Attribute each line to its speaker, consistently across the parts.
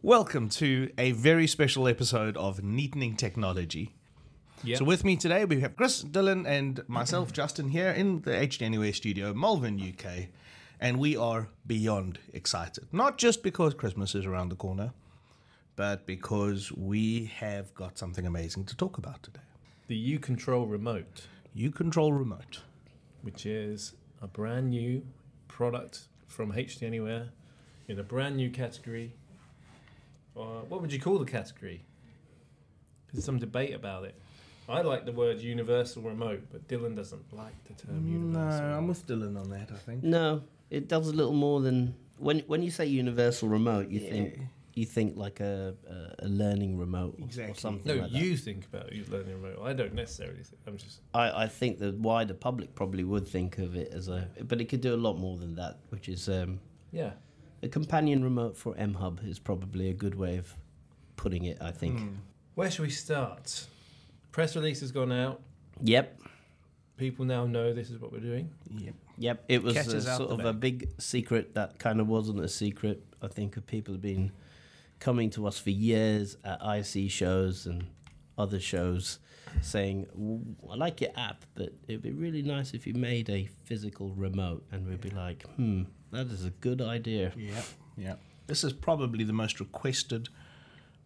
Speaker 1: Welcome to a very special episode of Neatening Technology.
Speaker 2: Yeah.
Speaker 1: So with me today we have Chris, Dylan, and myself, Justin, here in the HDNUA E studio, Malvern, UK, and we are beyond excited. Not just because Christmas is around the corner, but because we have got something amazing to talk about today.
Speaker 2: the U Control Remote,
Speaker 1: You control remote.
Speaker 2: which is a brand new product from HD Anywhere in a brand new category. Uh, what would you call the category? There's some debate about it. I like the word universal remote, but Dylan doesn't like the term universal. remote.
Speaker 1: with Dylan on that. I think.
Speaker 3: No, it does a little more than when when you say universal remote, you think you think like a a, a learning remote or-
Speaker 1: Exactly.
Speaker 3: or something
Speaker 2: No,
Speaker 3: like that.
Speaker 2: you think about you learning remote. I don't necessarily. Think, I'm just
Speaker 3: I, I think the wider public probably would think of it as a, but it could do a lot more than that. Which is um,
Speaker 2: yeah.
Speaker 3: a companion remote for M Hub is probably a good way of putting it. I think.
Speaker 2: Hmm.
Speaker 1: Hmm.
Speaker 2: Where should we start? Press release has gone out.
Speaker 3: Yep,
Speaker 2: People now know this is what we're doing.
Speaker 1: Yep.
Speaker 3: yep. It was
Speaker 1: Cat
Speaker 3: a,
Speaker 1: is out
Speaker 3: sort
Speaker 1: the
Speaker 3: of a
Speaker 1: bag.
Speaker 3: big secret that kind of wasn't a secret. I think of people have been coming to us for years at IC shows and other shows saying, "W- I like your app, but it'd be really nice if you made a physical remote. And we'd be like, hmm, that is a good idea.
Speaker 1: Yep. Yep. This is probably the most requested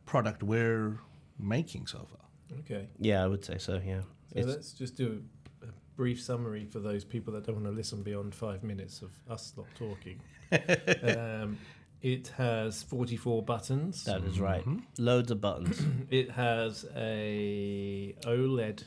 Speaker 1: product we're making so far.
Speaker 2: Okay.
Speaker 3: Yeah, I would say so, yeah.
Speaker 2: So
Speaker 3: It's-
Speaker 2: let's just do a, a brief summary for those people that don't want to listen beyond five minutes of us not talking. um, it has 44 buttons.
Speaker 3: that is right. Loads of buttons.
Speaker 2: It has a OLED,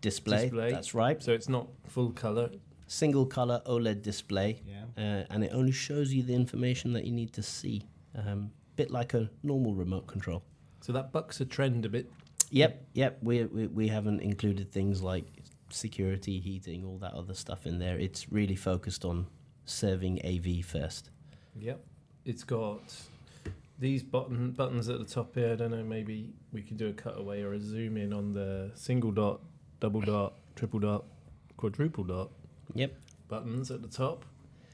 Speaker 3: display,
Speaker 2: Display.
Speaker 3: that's right.
Speaker 2: so it's not full color.
Speaker 3: Single color OLED display.
Speaker 1: Yeah.
Speaker 3: uh, and it only shows you the information that you need to see. Um, bit like a normal remote control.
Speaker 2: So that bucks a trend a bit.
Speaker 3: Yep, yep. We, we we haven't included things like security, heating, all that other stuff in there. It's really focused on serving AV first.
Speaker 2: Yep. It's got these button buttons at the top here. I don't know. Maybe we could do a cutaway or a zoom in on the single dot, double dot, triple dot, quadruple dot
Speaker 3: Yep.
Speaker 2: buttons at the top.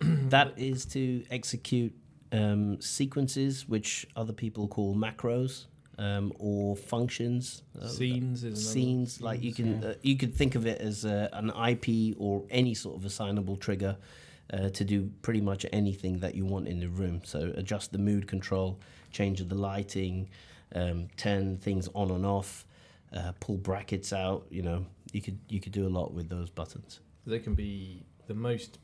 Speaker 3: That is to execute um, sequences, which other people call macros um, or functions. Uh,
Speaker 2: Scenes is another
Speaker 3: scenes like you can uh, you could think of it as uh, an IP or any sort of assignable trigger uh, to do pretty much anything that you want in the room. So adjust the mood control, change the lighting, um, turn things on and off, uh, pull brackets out. You know you could you could do a lot with those buttons.
Speaker 2: they can be the most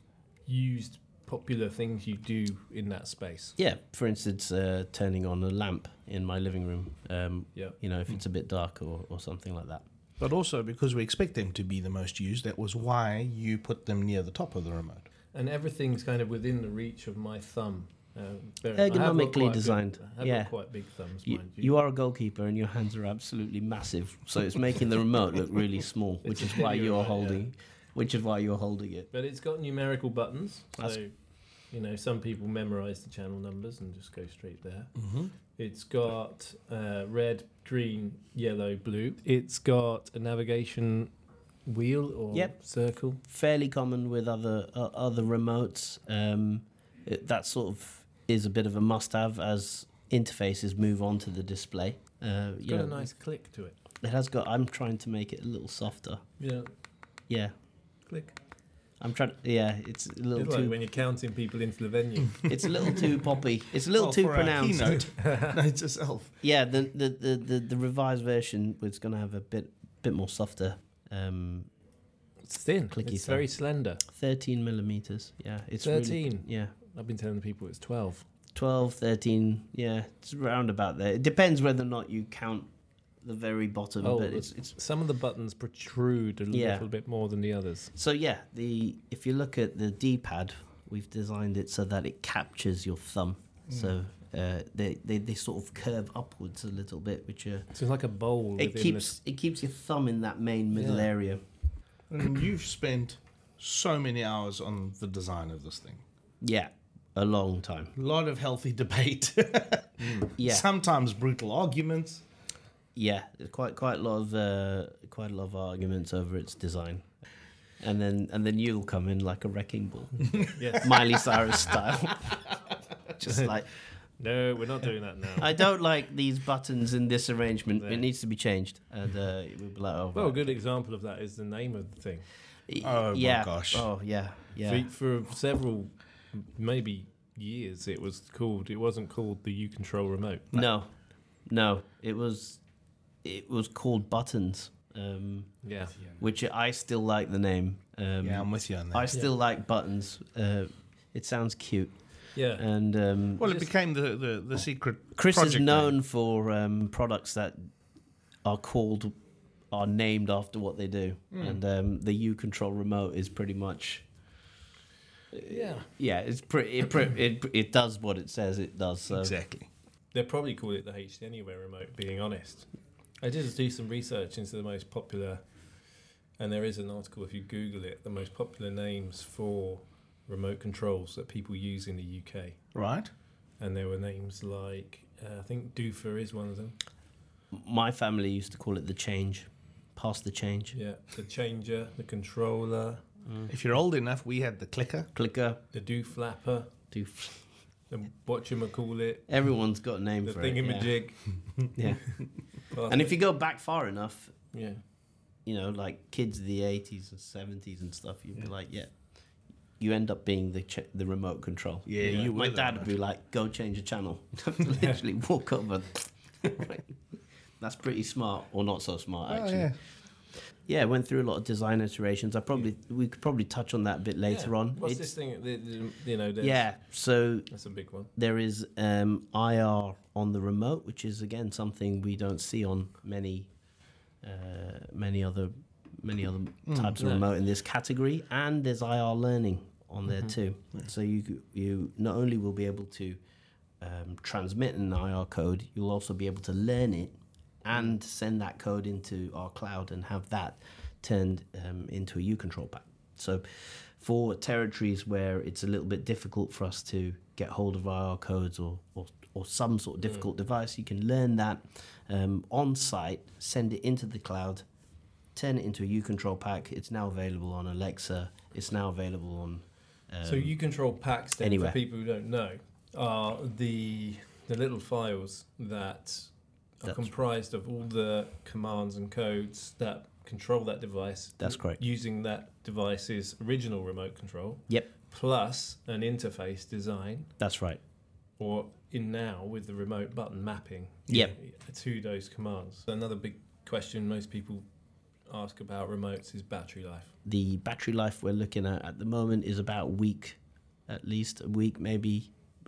Speaker 2: used popular things you do in that space
Speaker 3: Yeah, for instance, uh, turning on a lamp in my living room. Um,
Speaker 2: yeah
Speaker 3: you know if it's a bit dark or, or something like that.
Speaker 1: But also because we expect them to be the most used, that was why you put them near the top of the remote.
Speaker 2: and everything's kind of within the reach of my thumb um, bear- I have got
Speaker 3: Ergonomically
Speaker 2: quite a big-
Speaker 3: designed,
Speaker 2: I have
Speaker 3: yeah.
Speaker 2: got quite big thumbs
Speaker 3: You,
Speaker 2: mind you,
Speaker 3: you are a goalkeeper and your hands are absolutely massive, so it's making the remote look really small, which is why
Speaker 2: You're
Speaker 3: you're
Speaker 2: right,
Speaker 3: holding, which is why you're holding it.
Speaker 2: but it's got numerical buttons
Speaker 3: That's-
Speaker 2: so you know some people memorize the channel numbers and just go straight there
Speaker 1: Mm-hmm.
Speaker 2: It's got uh, red, green, yellow, blue. It's got a navigation wheel or
Speaker 3: Yep.
Speaker 2: circle.
Speaker 3: Fairly common with other uh, other remotes. Um, it, that sort of is a bit of a must-have as interfaces move on to the display. Uh,
Speaker 2: It's
Speaker 3: you
Speaker 2: got a
Speaker 3: know,
Speaker 2: nice click to it.
Speaker 3: It has got. I'm trying to make it a little softer.
Speaker 2: Yeah,
Speaker 3: Yeah,
Speaker 2: click.
Speaker 3: I'm trying. Yeah, it's a little
Speaker 2: It's like
Speaker 3: too.
Speaker 2: when you're counting people into the venue.
Speaker 3: it's a little too poppy. It's a little too pronounced.
Speaker 1: Keynote, no, it's itself.
Speaker 3: Yeah, the the, the, the, the revised version was going to have a bit bit more softer, um,
Speaker 2: it's thin.
Speaker 3: Clicky
Speaker 2: it's
Speaker 3: thumb.
Speaker 2: very slender.
Speaker 3: thirteen millimeters. Yeah, it's really-
Speaker 2: 13.
Speaker 3: yeah,
Speaker 2: I've been telling people it's 12.
Speaker 3: 12, 13, Yeah, it's round about there. It depends whether or not you count the very bottom,
Speaker 2: Oh,
Speaker 3: but
Speaker 2: the-
Speaker 3: it's, it's
Speaker 2: Some of the buttons protrude a
Speaker 3: Yeah.
Speaker 2: little bit more than the others.
Speaker 3: so yeah. The if you look at the D pad, we've designed it so that it captures your thumb.
Speaker 2: Mm.
Speaker 3: So. Uh, they, they, they sort of curve upwards a little bit, which uh,
Speaker 2: So it's like a bowl.
Speaker 3: it
Speaker 2: within
Speaker 3: keeps it keeps your thumb in that main middle
Speaker 2: Yeah.
Speaker 3: area.
Speaker 1: And you've spent so many hours on the design of this thing.
Speaker 3: Yeah, a long time.
Speaker 1: A lot of healthy debate,
Speaker 3: Yeah,
Speaker 1: sometimes brutal arguments.
Speaker 3: Yeah, there's quite quite a lot of uh, quite a lot of arguments over its design, and then and then you'll come in like a wrecking ball,
Speaker 2: The, yes.
Speaker 3: Miley Cyrus style, just like
Speaker 2: No, we're not doing that now.
Speaker 3: I don't like these buttons in this arrangement.
Speaker 2: There.
Speaker 3: It needs to be changed. And uh, we'll be like, oh,
Speaker 2: well, a
Speaker 3: right.
Speaker 2: good example of that is the name of the thing.
Speaker 3: Y-
Speaker 1: Oh, my
Speaker 3: yeah.
Speaker 1: gosh.
Speaker 3: Oh yeah, yeah.
Speaker 2: For, for several, maybe years, it was called. It wasn't called the U Control Remote.
Speaker 3: No, no. It was, it was called buttons, um,
Speaker 2: Yeah.
Speaker 3: which I still like the name. Um,
Speaker 1: yeah, I'm with you on that.
Speaker 3: I still like buttons. Uh, it sounds cute.
Speaker 2: Yeah.
Speaker 3: And um,
Speaker 1: well, it
Speaker 2: just-
Speaker 1: became the, the, the secret.
Speaker 3: Chris
Speaker 1: project
Speaker 3: is known
Speaker 1: name.
Speaker 3: for um, products that are called are named after what they do,
Speaker 1: Hmm.
Speaker 3: and um, the U control remote is pretty much
Speaker 2: Uh, yeah.
Speaker 3: yeah, it's pretty it, pre- it it does what it says it does. So
Speaker 1: Exactly.
Speaker 2: They probably call it the HD Anywhere remote, being honest. I did do some research into the most popular, and there is an article if you Google it, the most popular names for remote controls that people use in the UK.
Speaker 1: Right?
Speaker 2: And there were names like, uh, I think Doofa is one of them.
Speaker 3: my family used to call it the change, pass the change,
Speaker 2: Yeah. The Changer, the Controller,
Speaker 1: If you're old enough, we had the clicker.
Speaker 3: clicker.
Speaker 2: the Do Flapper,
Speaker 3: Do
Speaker 2: the Whatchamacallit,
Speaker 3: everyone's got a name
Speaker 2: the
Speaker 3: for it. yeah.
Speaker 2: Thingamajig.
Speaker 3: yeah. And if you go back far enough,
Speaker 2: Yeah.
Speaker 3: you know, like kids of the '80s and '70s and stuff, you'd be like, yeah, you end up being the ch- the remote control.
Speaker 1: Yeah,
Speaker 2: Yeah.
Speaker 1: you
Speaker 3: My
Speaker 1: were
Speaker 3: dad
Speaker 1: the-
Speaker 3: would be like, "Go change the channel." You'd have to literally walk over. That's pretty smart, or not so smart,
Speaker 1: Oh,
Speaker 3: actually.
Speaker 1: yeah.
Speaker 3: yeah. I went through a lot of design iterations. I probably we could probably touch on that a bit later
Speaker 2: Yeah.
Speaker 3: on.
Speaker 2: What's
Speaker 3: It's-
Speaker 2: this thing? The, the, you know, there's-
Speaker 3: yeah, so
Speaker 2: That's a big one.
Speaker 3: there is um, IR on the remote, which is again something we don't see on many, uh, many other, many other types of
Speaker 2: No.
Speaker 3: remote in this category. And there's IR learning on there too. So you you not only will be able to um, transmit an IR code, you'll also be able to learn it and send that code into our cloud and have that turned um, into a U control pack. So for territories where it's a little bit difficult for us to get hold of IR codes or, or, or some sort of difficult device, you can learn that um, on site, send it into the cloud, turn it into a U control pack. It's now available on Alexa. It's now available on. Um,
Speaker 2: So you control packs then
Speaker 3: anywhere.
Speaker 2: for people who don't know are the the little files that are
Speaker 3: That's-
Speaker 2: comprised of all the commands and codes that control that device.
Speaker 3: That's correct.
Speaker 2: Using that device's original remote control.
Speaker 3: Yep.
Speaker 2: Plus an interface design
Speaker 3: That's right.
Speaker 2: or in now with the remote button mapping
Speaker 3: Yep.
Speaker 2: to those commands. Another big question most people ask about remotes is battery life.
Speaker 3: the battery life we're looking at at the moment is about a week, at least a week, maybe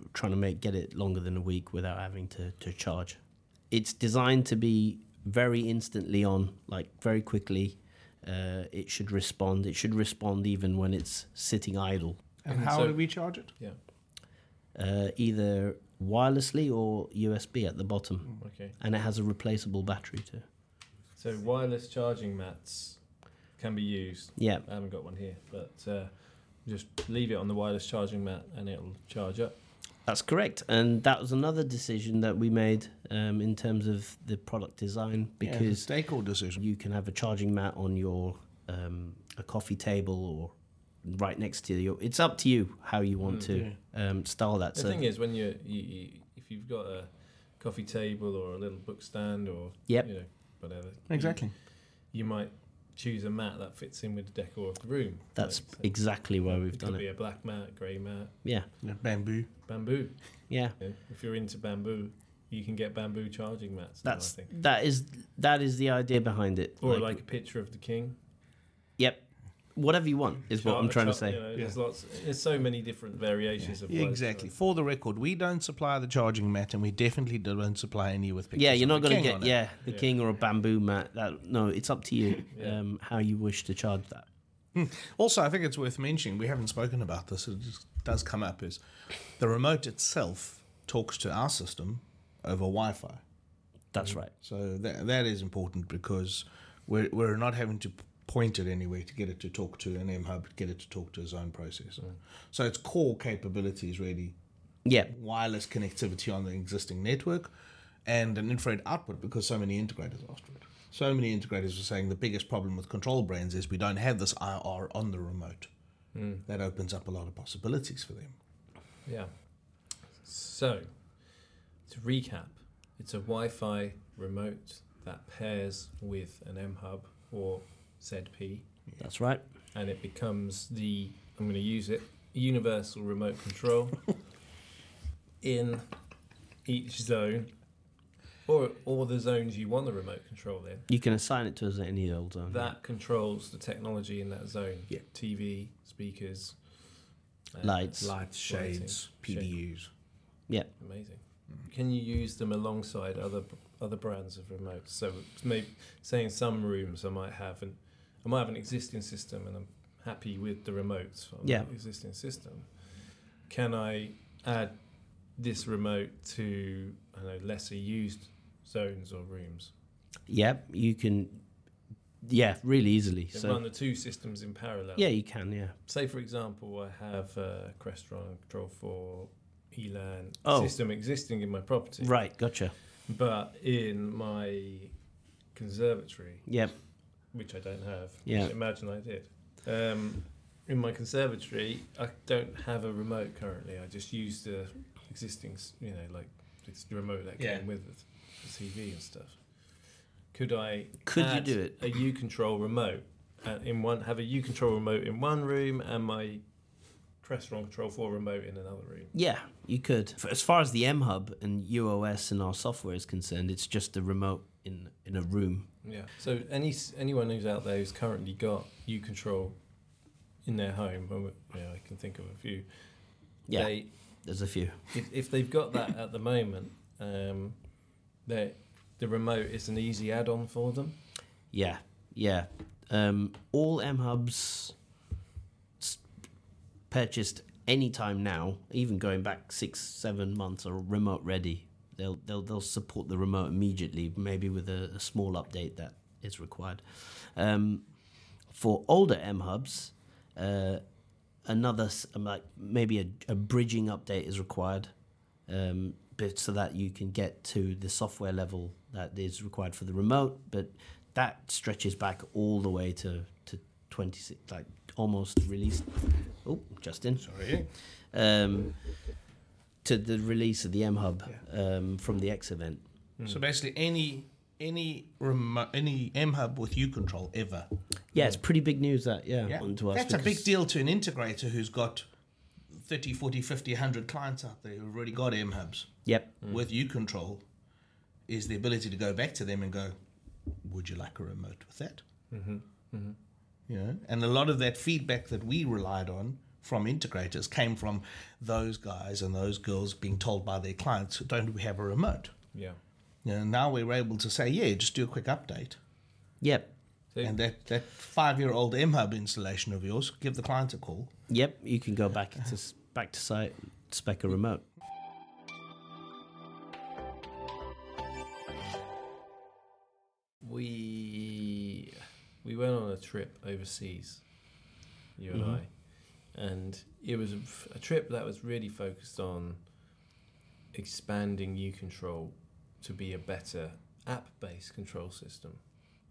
Speaker 3: We're trying to make get it longer than a week without having to, to charge. It's designed to be very instantly on, like very quickly. Uh, it should respond. It should respond even when it's sitting idle,
Speaker 1: And
Speaker 2: And
Speaker 1: how
Speaker 2: so-
Speaker 1: do we charge it?
Speaker 2: Yeah.
Speaker 3: uh, either wirelessly or USB at the bottom,
Speaker 2: Okay.
Speaker 3: and it has a replaceable battery too.
Speaker 2: So wireless charging mats can be used.
Speaker 3: Yeah,
Speaker 2: I haven't got one here, but uh, just leave it on the wireless charging mat and it'll charge up.
Speaker 3: That's correct, and that was another decision that we made um, in terms of the product design
Speaker 1: Yeah, it's
Speaker 3: because
Speaker 1: a stakeholder decision.
Speaker 3: you can have a charging mat on your um, a coffee table or right next to your. It's up to you how you want
Speaker 2: Mm,
Speaker 3: to um, style that.
Speaker 2: The
Speaker 3: so
Speaker 2: thing is, when you're, you, you if you've got a coffee table or a little book stand or
Speaker 3: Yep.
Speaker 2: you know, whatever,
Speaker 1: Exactly.
Speaker 2: you, you might choose a mat that fits in with the decor of the room.
Speaker 3: that's
Speaker 2: Like, so
Speaker 3: exactly why we've
Speaker 2: it could
Speaker 3: done it.
Speaker 2: be a black mat, grey mat,
Speaker 3: Yeah,
Speaker 1: Yeah, Bamboo.
Speaker 2: bamboo.
Speaker 3: yeah.
Speaker 2: you know. If you're into bamboo, you can get bamboo charging mats. now,
Speaker 3: That's
Speaker 2: I think.
Speaker 3: that is that is the idea behind it.
Speaker 2: Or like, a picture of the king.
Speaker 3: yep, whatever you want is what
Speaker 2: Char-
Speaker 3: I'm trying to
Speaker 2: char-
Speaker 3: say.
Speaker 2: you know, there's lots. There's so many different variations of
Speaker 1: Yeah,
Speaker 2: wireless
Speaker 1: exactly.
Speaker 2: charging.
Speaker 1: For the record, we don't supply the charging mat, and we definitely don't supply any with pictures.
Speaker 3: yeah, you're
Speaker 1: of
Speaker 3: not
Speaker 1: the
Speaker 3: going to
Speaker 1: king
Speaker 3: get
Speaker 1: on it.
Speaker 3: yeah the
Speaker 2: Yeah.
Speaker 3: king or a bamboo mat. That no, it's up to you
Speaker 2: Yeah.
Speaker 3: um, how you wish to charge that.
Speaker 1: Also, I think it's worth mentioning we haven't spoken about this. It just does come up is the remote itself talks to our system over Wi-Fi.
Speaker 3: That's
Speaker 2: Mm.
Speaker 3: right.
Speaker 1: So that that is important because we're we're not having to point it anywhere to get it to talk to an M hub, get it to talk to a zone processor. So its core capability is really
Speaker 3: Yeah,
Speaker 1: wireless connectivity on the existing network and an infrared output because so many integrators asked for it. So many integrators were saying the biggest problem with control brands is we don't have this IR on the remote. Hmm. That opens up a lot of possibilities for them.
Speaker 2: Yeah. So, To recap, it's a Wi Fi remote that pairs with an M Hub or ZP,
Speaker 3: That's right.
Speaker 2: and it becomes the, I'm going to use it, universal remote control in each zone. Or, or the zones you want the remote control in.
Speaker 3: You can assign it to us at any old zone.
Speaker 2: That controls the technology in that zone.
Speaker 1: Yeah.
Speaker 2: TV, speakers, uh,
Speaker 3: Lights.
Speaker 1: Lights, shades,
Speaker 2: Lighting.
Speaker 1: PDUs.
Speaker 2: Amazing. Can you use them alongside other other brands of remotes? So maybe say in some rooms I might have an I might have an existing system and I'm happy with the remotes on
Speaker 3: Yeah.
Speaker 2: the existing system. Can I add this remote to I don't know lesser used zones or rooms?
Speaker 3: Yep, you can. Yeah, really easily.
Speaker 2: So
Speaker 3: so
Speaker 2: run the two systems in parallel.
Speaker 3: yeah, you can. Yeah,
Speaker 2: Say for example I have a Crestron control for ELAN
Speaker 3: Oh.
Speaker 2: system existing in my property.
Speaker 3: right. Gotcha.
Speaker 2: but in my conservatory,
Speaker 3: Yep.
Speaker 2: which I don't have,
Speaker 3: Yeah.
Speaker 2: just imagine I did. Um, in my conservatory, I don't have a remote currently. I just use the existing, s- you know, like it's the remote that
Speaker 1: Yeah.
Speaker 2: came with the TV and stuff. Could I?
Speaker 3: Could you
Speaker 2: add
Speaker 3: do it?
Speaker 2: A U control remote uh, in one. Have a U control remote in one room and my Crestron Control Four remote in another room.
Speaker 3: Yeah, you could. For- As far as the M Hub and UOS and our software is concerned, it's just the remote in in a room.
Speaker 2: Yeah. So any anyone who's out there who's currently got you control in their home, and we- you know, I can think of a few.
Speaker 3: Yeah,
Speaker 2: They,
Speaker 3: there's a few.
Speaker 2: if, if they've got that at the moment, um, they the remote is an easy add-on for them.
Speaker 3: Yeah, yeah. Um, all M Hubs s- purchased anytime now, even going back six, seven months, are remote ready. They'll they'll they'll support the remote immediately, maybe with a, a small update that is required. Um, for older M Hubs, uh, another s- um, like maybe a, a bridging update is required, um, but so that you can get to the software level that is required for the remote. But that stretches back all the way to to twenty six, like almost released. Oh, Justin,
Speaker 1: Sorry.
Speaker 3: um, to the release of the M Hub um, from the X event.
Speaker 1: So basically, any any remo- any M hub with U control ever.
Speaker 3: Yeah, it's pretty big news that yeah,
Speaker 1: Yeah.
Speaker 3: onto us
Speaker 1: That's a big
Speaker 3: because-
Speaker 1: deal to an integrator who's got 30, 40, 50, 100 clients out there who've already got M hubs.
Speaker 3: Yep,
Speaker 1: With U control, is the ability to go back to them and go, "Would you like a remote with that?" Mm-hmm. You know, and a lot of that feedback that we relied on from integrators came from those guys and those girls being told by their clients, "Don't we have a remote?"
Speaker 2: Yeah.
Speaker 1: You know, now we're able to say, yeah, just do a quick update.
Speaker 3: yep,
Speaker 2: So
Speaker 1: And that, that five year old M Hub installation of yours, give the client a call.
Speaker 3: yep. You can go back to s- back to site spec a remote.
Speaker 2: we we went on a trip overseas, you and
Speaker 3: Mhm.
Speaker 2: I, and it was a, f- a trip that was really focused on expanding U control to be a better app-based control system.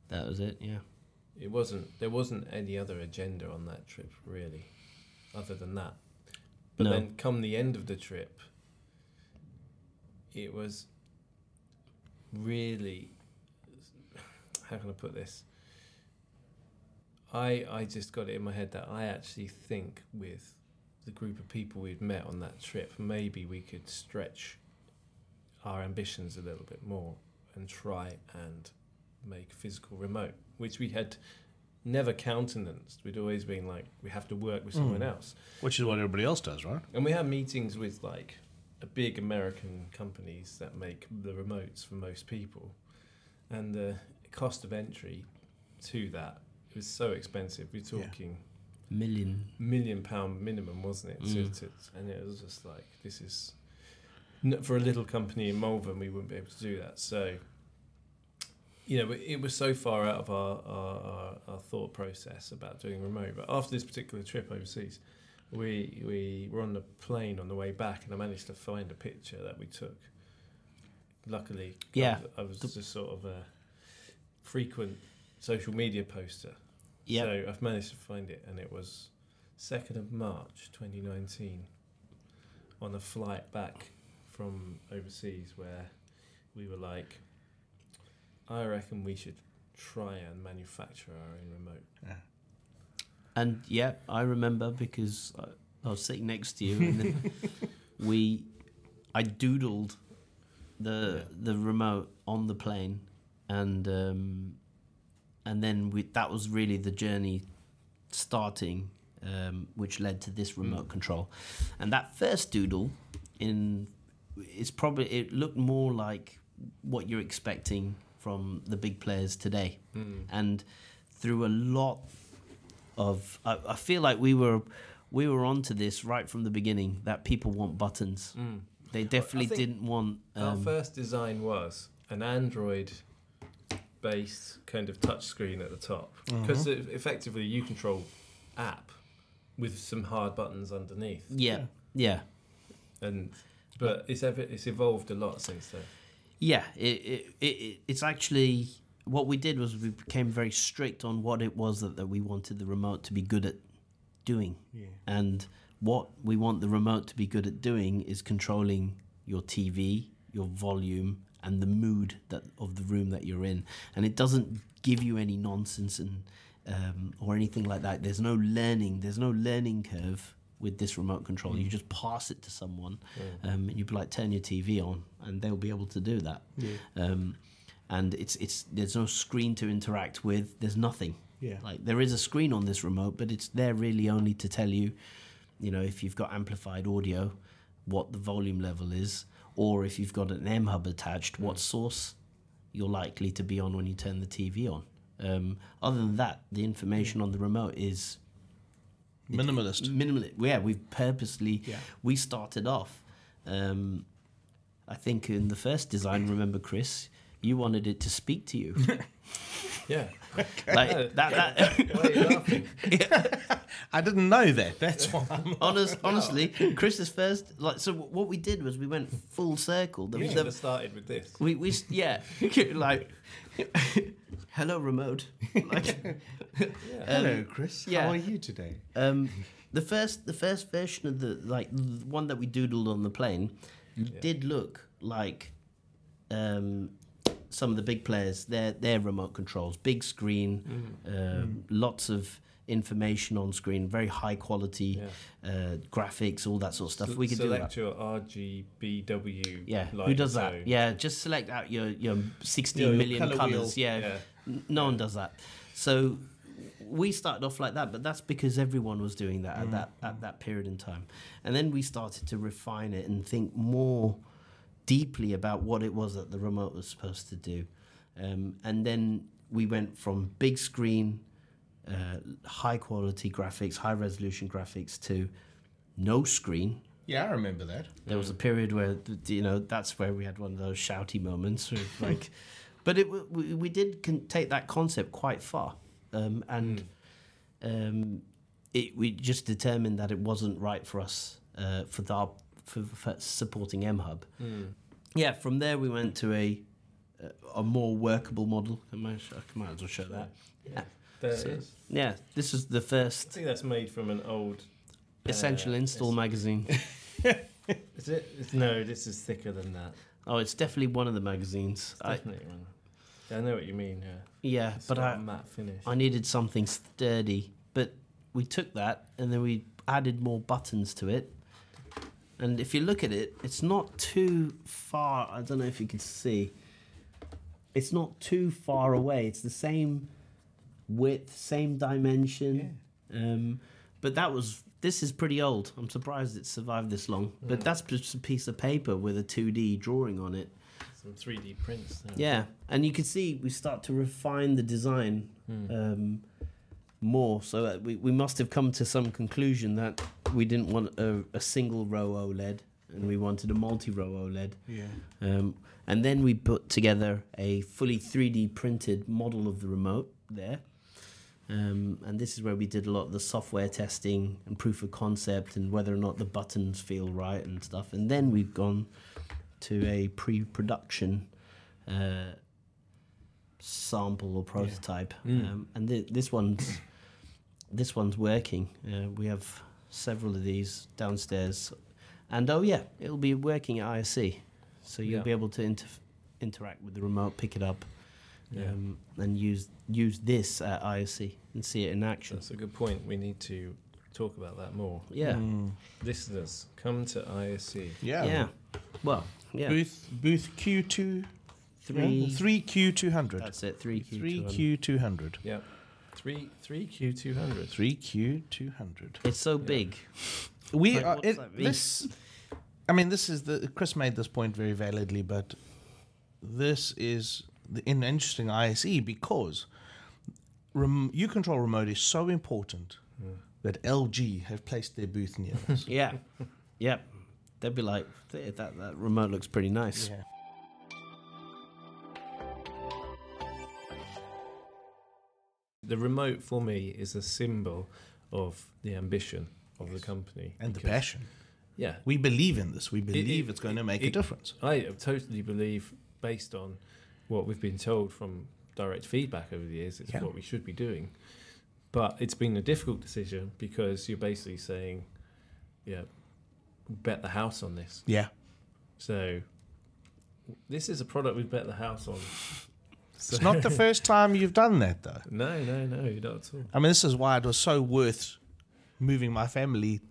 Speaker 3: That was it. Yeah.
Speaker 2: it wasn't there wasn't any other agenda on that trip really other than that but
Speaker 3: No.
Speaker 2: then come the end of the trip it was really how can i put this i i just got it in my head that i actually think with the group of people we'd met on that trip maybe we could stretch our ambitions a little bit more and try and make a physical remote, which we had never countenanced. We'd always been like, we have to work with someone else.
Speaker 1: Which is what everybody else does, right?
Speaker 2: And we had meetings with like a big American companies that make the remotes for most people. And the cost of entry to that it was so expensive. We're
Speaker 1: Yeah.
Speaker 2: talking
Speaker 3: Million.
Speaker 2: million pound minimum, wasn't it?
Speaker 3: Mm.
Speaker 2: To- to- and it was just like, this is n- for a little company in Malvern, we wouldn't be able to do that. So, you know, it- it was so far out of our, our, our, our thought process about doing remote. But after this particular trip overseas, we, we were on the plane on the way back, and I managed to find a picture that we took. Luckily, I
Speaker 3: Yeah.
Speaker 2: was- I was, just sort of a frequent social media poster.
Speaker 3: Yep.
Speaker 2: So I've managed to find it, and it was 2nd of March 2019 on a flight back from overseas where we were like, I reckon we should try and manufacture our own remote.
Speaker 3: And yeah, I remember because I, I was sitting next to you, and then we, I doodled the the remote on the plane, and um, and then we, that was really the journey starting, um, which led to this remote control, and that first doodle in is probably it looked more like what you're expecting from the big players today, and through a lot of I, I feel like we were we were onto this right from the beginning that people want buttons. They definitely
Speaker 2: think
Speaker 3: didn't want
Speaker 2: Our
Speaker 3: um,
Speaker 2: first design was an Android based kind of touchscreen at the top
Speaker 3: Uh-huh.
Speaker 2: because effectively you control app with some hard buttons underneath
Speaker 3: yeah, yeah.
Speaker 2: and but it's ev- it's evolved a lot since then
Speaker 3: Yeah, it, it, it, it- it's actually what we did was we became very strict on what it was that, that we wanted the remote to be good at doing. And what we want the remote to be good at doing is controlling your TV, your volume, and the mood that of the room that you're in. And it doesn't give you any nonsense and um, or anything like that. There's no learning. There's no learning curve with this remote control. You just pass it to someone, um, and you'd be like, "Turn your TV on," and they'll be able to do that. Um, and it's it's there's no screen to interact with. There's nothing.
Speaker 1: Yeah.
Speaker 3: Like there is a screen on this remote, but it's there really only to tell you, you know, if you've got amplified audio, what the volume level is, or if you've got an M hub attached, what source you're likely to be on when you turn the TV on. Um, other than that, the information on the remote is
Speaker 1: Minimalist.
Speaker 3: minimal. Yeah, we've purposely
Speaker 1: Yeah.
Speaker 3: we started off. Um, I think in the first design, remember Chris, you wanted it to speak to you.
Speaker 2: yeah
Speaker 3: like that, that
Speaker 2: why are you laughing
Speaker 1: I didn't know that. That's why. I'm
Speaker 3: Honest, honestly, Chris's first like so. What we did was we went full circle. The,
Speaker 2: we
Speaker 3: the-
Speaker 2: should have started with this
Speaker 3: we we s- yeah like hello remote. Like,
Speaker 1: Hello, Chris.
Speaker 3: Um, yeah.
Speaker 1: How are you today?
Speaker 3: um, the first the first version of the like the one that we doodled on the plane did look like um, some of the big players their their remote controls, big screen,
Speaker 1: Mm.
Speaker 3: um, lots of information on screen, very high quality uh, graphics, all that sort of stuff. we could do that.
Speaker 2: select your RGBW
Speaker 3: Yeah, who
Speaker 2: light,
Speaker 3: does that?
Speaker 2: so-
Speaker 3: Yeah, just select out your your
Speaker 1: Yeah,
Speaker 3: sixteen
Speaker 1: your
Speaker 3: million
Speaker 1: colour wheel.
Speaker 3: colors. Yeah,
Speaker 2: Yeah.
Speaker 3: N- no one does that. So we started off like that, but that's because everyone was doing that at that at that period in time, and then we started to refine it and think more deeply about what it was that the remote was supposed to do, um, and then we went from big screen, uh, high quality graphics, high resolution graphics to no screen
Speaker 1: Yeah, I remember that.
Speaker 3: there was a period where th- you know that's where we had one of those shouty moments, with, like, but it w- we, we did con- take that concept quite far, um, and um, it we just determined that it wasn't right for us uh, for the for, for supporting M Hub.
Speaker 2: Hmm.
Speaker 3: Yeah, from there we went to a uh, a more workable model. I might, I might as well show that. Yeah,
Speaker 2: There it
Speaker 3: So-
Speaker 2: is.
Speaker 3: yeah. This is the
Speaker 2: I
Speaker 3: first
Speaker 2: think that's made from an old.
Speaker 3: essential
Speaker 2: Uh,
Speaker 3: install magazine.
Speaker 2: Is it? It's- No, this is thicker than that.
Speaker 3: Oh, it's definitely one of the magazines. I,
Speaker 2: Definitely. one. Yeah, I know what you mean. Yeah.
Speaker 3: yeah,
Speaker 2: It's
Speaker 3: but
Speaker 2: got
Speaker 3: I,
Speaker 2: a matte finish.
Speaker 3: I needed something sturdy, but we took that and then we added more buttons to it. And if you look at it, it's not too far. I don't know if you can see. It's not too far away. It's the same width, same dimension. Um, but that was. This is pretty old. I'm surprised it survived this long. But that's just a piece of paper with a 2D drawing on it.
Speaker 2: Some 3D prints. There.
Speaker 3: Yeah, and you can see we start to refine the design um, more. So that we, we must have come to some conclusion that we didn't want a, a single row OLED and we wanted a multi row OLED.
Speaker 1: Yeah.
Speaker 3: Um, and then we put together a fully 3D printed model of the remote there. Um, and this is where we did a lot of the software testing and proof of concept and whether or not the buttons feel right and stuff. And then we've gone to a pre production uh, sample or prototype.
Speaker 2: Mm.
Speaker 3: Um, and th- this one's. This one's working. Uh, we have several of these downstairs And oh yeah, it'll be working at ISC, so you'll
Speaker 2: Yeah.
Speaker 3: be able to inter- interact with the remote, pick it up,
Speaker 2: Yeah.
Speaker 3: um, and use use this at ISC and see it in action.
Speaker 2: That's a good point. We need to talk about that more.
Speaker 3: yeah,
Speaker 2: Listeners, come to E. ISC.
Speaker 1: Yeah.
Speaker 3: yeah. Well, yeah,
Speaker 1: Booth booth Q two
Speaker 3: three.
Speaker 1: three Q two hundred.
Speaker 3: That's it. Three Q.
Speaker 1: Three Q two hundred.
Speaker 2: Yeah. Three three Q two hundred.
Speaker 1: Three Q two hundred.
Speaker 3: It's so big.
Speaker 1: We
Speaker 3: Like,
Speaker 1: are
Speaker 3: what's
Speaker 1: it,
Speaker 3: that mean?
Speaker 1: this. I mean, this is the Chris made this point very validly, but this is the, an interesting ISE because rem, you control remote is so important that LG have placed their booth near us.
Speaker 3: Yeah, yeah. They'd be like, "Th- that that remote looks pretty nice.
Speaker 1: Yeah.
Speaker 2: The remote for me is a symbol of the ambition of the company
Speaker 1: And the
Speaker 2: because-
Speaker 1: passion.
Speaker 2: Yeah,
Speaker 1: We believe in this. We believe
Speaker 2: it-
Speaker 1: it's going to make a
Speaker 2: it-
Speaker 1: difference.
Speaker 2: I totally believe, based on what we've been told from direct feedback over the years, it's
Speaker 1: Yeah.
Speaker 2: what we should be doing. But it's been a difficult decision because you're basically saying, yeah, bet the house on this.
Speaker 1: Yeah.
Speaker 2: So this is a product we bet the house on.
Speaker 1: It's not the first time you've done that, though.
Speaker 2: No, no, no, not at all.
Speaker 1: I mean, this is why it was so worth moving my family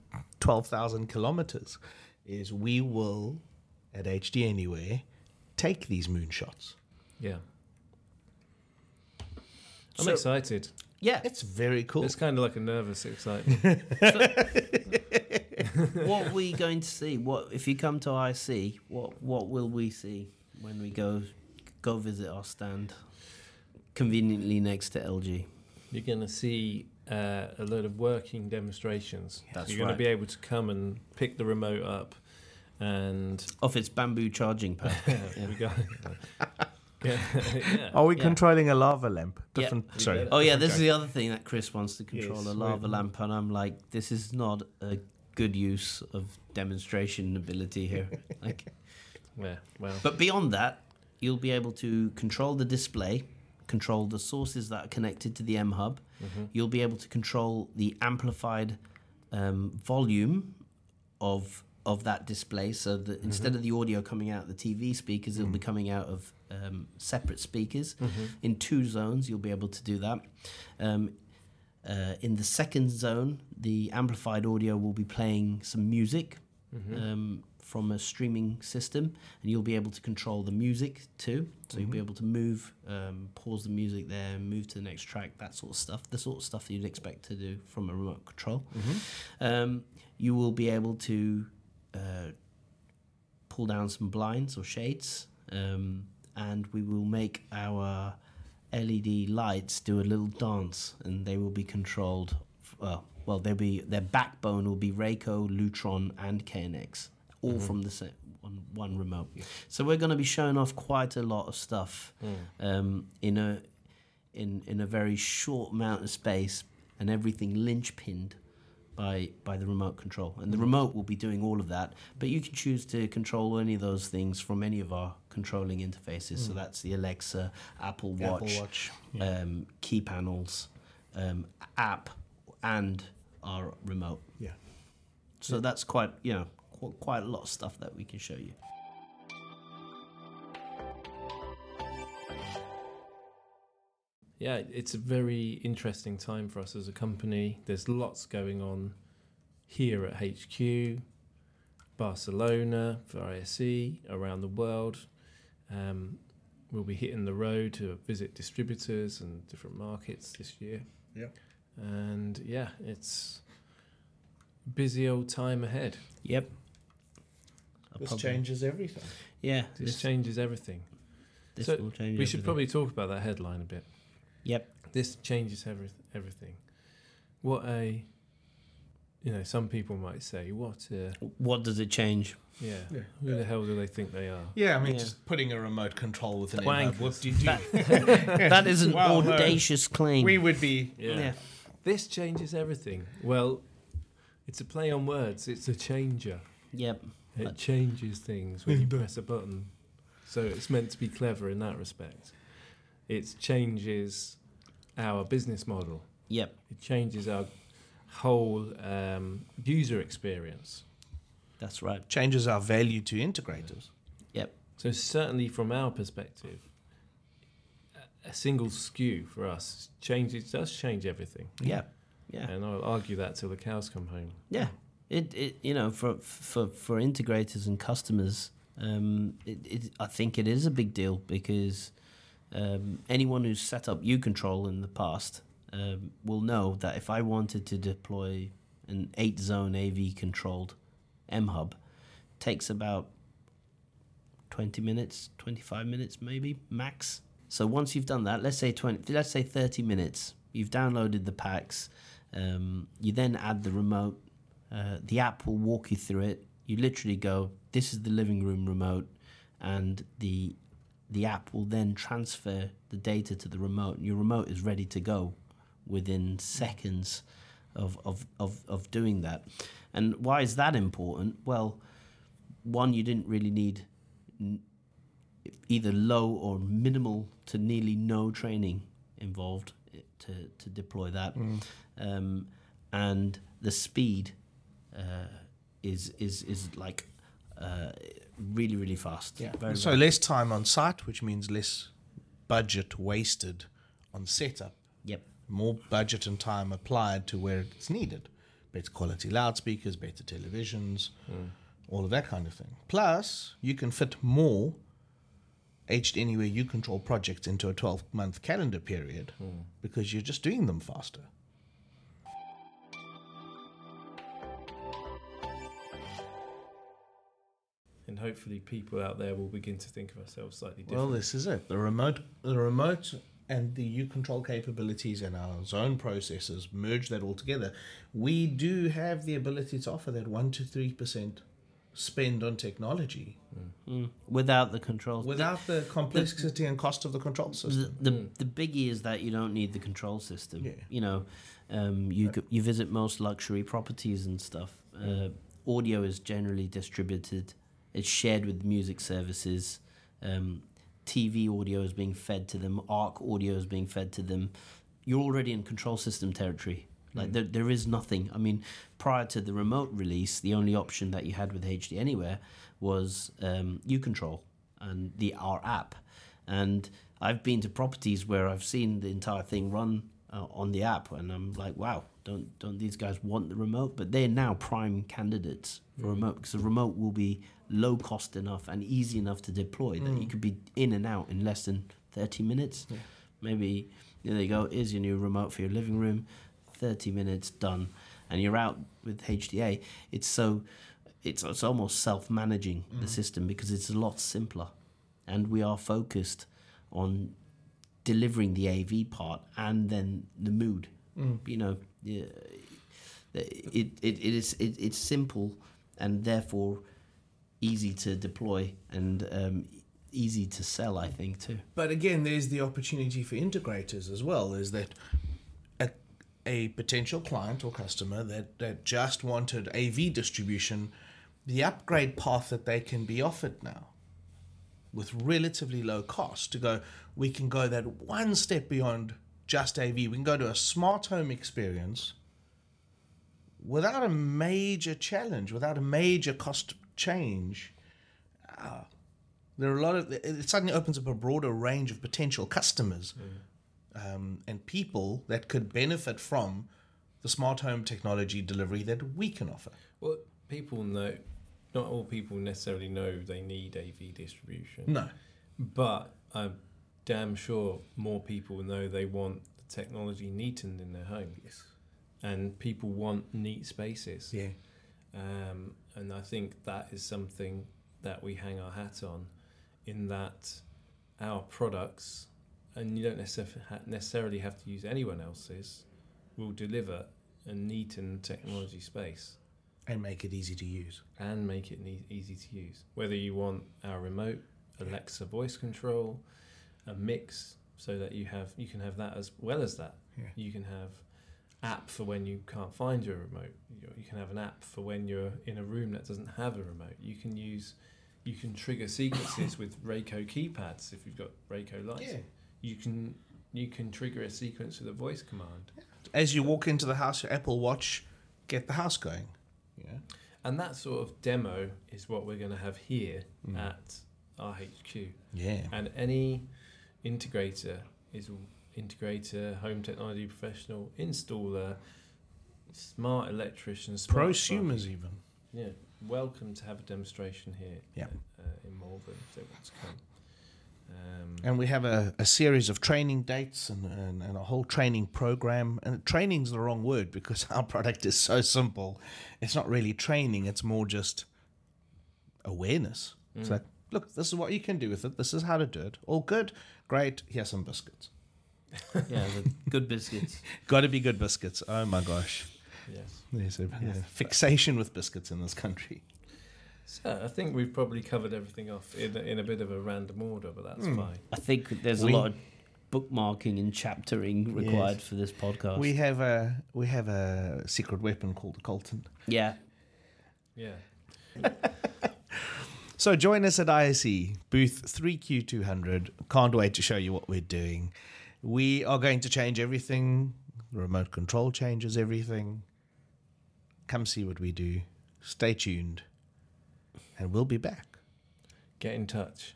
Speaker 1: 12,000 kilometers is we will, at HD Anywhere, take these moonshots.
Speaker 2: Yeah. I'm
Speaker 3: So-
Speaker 2: excited.
Speaker 3: Yeah.
Speaker 1: It's very cool.
Speaker 2: It's kind of like a nervous excitement.
Speaker 3: what are we going to see? What if you come to IC? What what will we see when we go go visit our stand? Conveniently next to LG.
Speaker 2: You're going to see uh, a lot of working demonstrations.
Speaker 3: That's
Speaker 2: You're going
Speaker 3: right.
Speaker 2: to be able to come and pick the remote up, and
Speaker 3: Off its bamboo charging pad.
Speaker 2: yeah, we go. yeah, yeah.
Speaker 1: Are we
Speaker 3: Yeah.
Speaker 1: controlling a lava lamp?
Speaker 3: Yeah.
Speaker 1: Different.
Speaker 2: We
Speaker 1: Sorry.
Speaker 2: did
Speaker 3: Oh yeah, this is the other thing that Chris wants to control
Speaker 2: Yes,
Speaker 3: a
Speaker 2: we-
Speaker 3: lava lamp, and I'm like, this is not a good use of demonstration ability here. like,
Speaker 2: yeah. Well,
Speaker 3: But beyond that, you'll be able to control the display, control the sources that are connected to the M Hub. You'll be able to control the amplified um, volume of of that display, so that instead of the audio coming out of the TV speakers, it'll be coming out of um, separate speakers in two zones. You'll be able to do that. Um, uh, in the second zone, the amplified audio will be playing some music um, from a streaming system, and you'll be able to control the music too. So you'll be able to move, um, pause the music there, move to the next track, that sort of stuff. The sort of stuff that you'd expect to do from a remote control. Um, you will be able to uh, pull down some blinds or shades, um, and we will make our LED lights do a little dance, and they will be controlled. f- Well, well, they'll be their backbone will be Rayco, Lutron, and KNX, all from the same on one remote. So we're going to be showing off quite a lot of stuff um, in a in in a very short amount of space, and everything linchpinned by by the remote control, and the remote will be doing all of that. But you can choose to control any of those things from any of our controlling interfaces. So that's the Alexa, Apple Watch,
Speaker 1: Apple Watch.
Speaker 3: Um, key panels, um, app, and our remote.
Speaker 1: Yeah.
Speaker 3: So that's quite you know qu- quite a lot of stuff that we can show you.
Speaker 2: yeah, it's a very interesting time for us as a company. There's lots going on here at HQ, Barcelona for ISE, E, around the world. Um, we'll be hitting the road to visit distributors and different markets this year.
Speaker 1: Yeah.
Speaker 2: And yeah, it's busy old time ahead.
Speaker 3: Yep.
Speaker 1: This changes everything.
Speaker 3: Yeah.
Speaker 2: This,
Speaker 3: This,
Speaker 2: changes everything.
Speaker 3: this
Speaker 2: so
Speaker 3: will change.
Speaker 2: We should
Speaker 3: everything.
Speaker 2: probably talk about that headline a bit.
Speaker 3: Yep.
Speaker 2: this changes every, everything. What a, you know, some people might say, what a,
Speaker 3: What does it change?
Speaker 2: yeah, who the hell do they think they are?
Speaker 1: Yeah, I mean,
Speaker 3: Yeah.
Speaker 1: just putting a remote control with an
Speaker 2: Wankers.
Speaker 1: envelope. What do you do?
Speaker 3: that is an
Speaker 1: Wow, no.
Speaker 3: audacious claim.
Speaker 1: We would be.
Speaker 3: yeah.
Speaker 2: This changes everything. Well, it's a play on words. It's a changer.
Speaker 3: Yep.
Speaker 2: It changes things when you press a button. So it's meant to be clever in that respect. It changes our business model.
Speaker 3: Yep.
Speaker 2: It changes our whole um, user experience.
Speaker 3: That's right.
Speaker 1: changes our value to integrators.
Speaker 3: Yep.
Speaker 2: So certainly from our perspective, a- a single skew for us changes does change everything,
Speaker 3: Yeah. Yeah.
Speaker 2: and I'll argue that till the cows come home.
Speaker 3: Yeah, it, it you know for for for integrators and customers, um, it, it I think it is a big deal because um, anyone who's set up UControl in the past um, will know that if I wanted to deploy an eight zone AV controlled M Hub, takes about 20 minutes 25 minutes maybe max so once you've done that let's say 20 let's say 30 minutes you've downloaded the packs um, you then add the remote uh, the app will walk you through it you literally go this is the living room remote and the the app will then transfer the data to the remote and your remote is ready to go within seconds of, of, of, of doing that and why is that important well one you didn't really need n- either low or minimal to nearly no training involved i- to, to deploy that um, and the speed uh, is is is like uh, really really fast Very,
Speaker 1: so less time on site, which means less budget wasted on setup,
Speaker 3: yep
Speaker 1: more budget and time applied to where it's needed. Better quality loudspeakers, better televisions, all of that kind of thing. Plus, you can fit more aged anywhere you control projects into a 12 month calendar period because you're just doing them faster.
Speaker 2: And hopefully, people out there will begin to think of ourselves slightly
Speaker 1: Well,
Speaker 2: differently.
Speaker 1: this is it. The remote, the remote, and the U control capabilities and our zone processes merge that all together. We do have the ability to offer that one to three percent spend on technology
Speaker 3: without the controls
Speaker 1: without the complexity and cost of the control
Speaker 3: the,
Speaker 1: system.
Speaker 3: the, the biggie is that you don't need the control system.
Speaker 1: Yeah.
Speaker 3: You know, um, you go- you visit most luxury properties and stuff. Uh, audio is generally distributed. It's shared with music services. Um, TV audio is being fed to them. Arc audio is being fed to them. You're already in control system territory.
Speaker 1: Mm.
Speaker 3: Like there, there is nothing. I mean, prior to the remote release, the only option that you had with HD Anywhere was um, U Control and the our app. And I've been to properties where I've seen the entire thing run uh, on the app, and I'm like, wow, don't don't these guys want the remote? But they're now prime candidates for remote because the remote will be low cost enough and easy enough to deploy that you could be in and out in less than thirty minutes. Maybe there you go. Here's your new remote for your living room. Thirty minutes done, and you're out with HDA. It's so. It's, it's almost self-managing the system because it's a lot simpler and we are focused on delivering the AV part and then the mood. You know, yeah, it, it, it is it, it's simple and therefore easy to deploy and um, easy to sell. I think too.
Speaker 1: But again, there's the opportunity for integrators as well. Is that a, a potential client or customer that, that just wanted AV distribution, the upgrade path that they can be offered now with relatively low cost to go, we can go that one step beyond just AV. We can go to a smart home experience without a major challenge, without a major cost change. There are a lot of it- it suddenly opens up a broader range of potential customers um, and people that could benefit from the smart home technology delivery that we can offer.
Speaker 2: Well, people know, not all people necessarily know they need AV distribution.
Speaker 1: No,
Speaker 2: But I'm damn sure more people know they want the technology neatened in their home. Yes. And people want neat spaces.
Speaker 1: yeah,
Speaker 2: Um, and I think that is something that we hang our hat on in that our products, and you don't necessar- ha- necessarily have to use anyone else's, will deliver a neat and technology space
Speaker 1: and make it easy to use.
Speaker 2: and make it ne- easy to use. Whether you want our remote, Alexa voice control, a mix, so that you have you can have that as well as that.
Speaker 1: Yeah.
Speaker 2: You can have app for when you can't find your remote. You you can have an app for when you're in a room that doesn't have a remote. You can use you can trigger sequences with Rayco keypads if you've got Rayco lights. You can you can trigger a sequence with a voice command.
Speaker 1: As you walk into the house, your Apple Watch, get the house going. Yeah,
Speaker 2: And that sort of demo is what we're going to have here at our HQ.
Speaker 1: Yeah.
Speaker 2: And any integrator is integrator, home technology professional, installer, smart electrician, smart
Speaker 1: Prosumers,
Speaker 2: plumber.
Speaker 1: even.
Speaker 2: Yeah, welcome to have a demonstration here.
Speaker 1: Yeah.
Speaker 2: uh, in Malvern if they want to come. Um,
Speaker 1: And we have a, a series of training dates and, and, and a whole training program. And training's the wrong word because our product is so simple. It's not really training, it's more just awareness. It's like, look, this is what you can do with it. This is how to do it. All good. Great. Here's some biscuits.
Speaker 3: yeah, the good biscuits.
Speaker 1: Got to be good biscuits. Oh my gosh.
Speaker 2: yes.
Speaker 1: There's a yeah, fixation with biscuits in this country.
Speaker 2: So I think we've probably covered everything off in, a- in a bit of a random order, but that's
Speaker 1: Hmm.
Speaker 2: fine.
Speaker 3: I think there's
Speaker 1: We-
Speaker 3: a lot of bookmarking and chaptering required for this podcast.
Speaker 1: We have a we have a secret weapon called a Colton.
Speaker 3: yeah,
Speaker 2: Yeah.
Speaker 1: So join us at ISE booth 3Q200. Can't wait to show you what we're doing. We are going to change everything. The remote control changes everything. Come see what we do. Stay tuned. And we'll be back.
Speaker 2: Get in touch.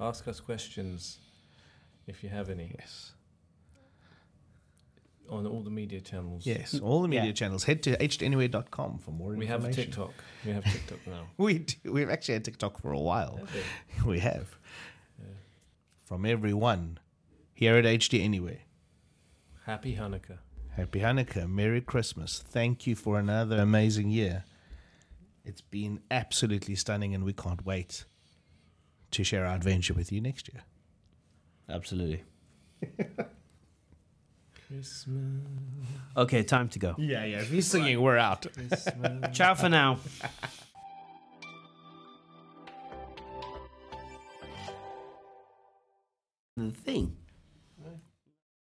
Speaker 2: Ask us questions if you have any
Speaker 1: Yes.
Speaker 2: on all the media channels.
Speaker 1: Yes. All the media
Speaker 3: Yeah.
Speaker 1: channels. Head to hdanywhere.com E for more
Speaker 2: We have
Speaker 1: information.
Speaker 2: a TikTok. We have TikTok now.
Speaker 1: We do. We've actually had TikTok for a while.
Speaker 2: Okay.
Speaker 1: We have. From everyone here at HD Anywhere.
Speaker 2: Happy Hanukkah.
Speaker 1: Happy Hanukkah. Merry Christmas. Thank you for another amazing year. It's been absolutely stunning, and we can't wait to share our adventure with you next year.
Speaker 3: absolutely.
Speaker 2: Christmas.
Speaker 3: Okay, time to go.
Speaker 1: Yeah, yeah. If he's singing, we're out.
Speaker 2: Christmas.
Speaker 3: Ciao for now. the thing.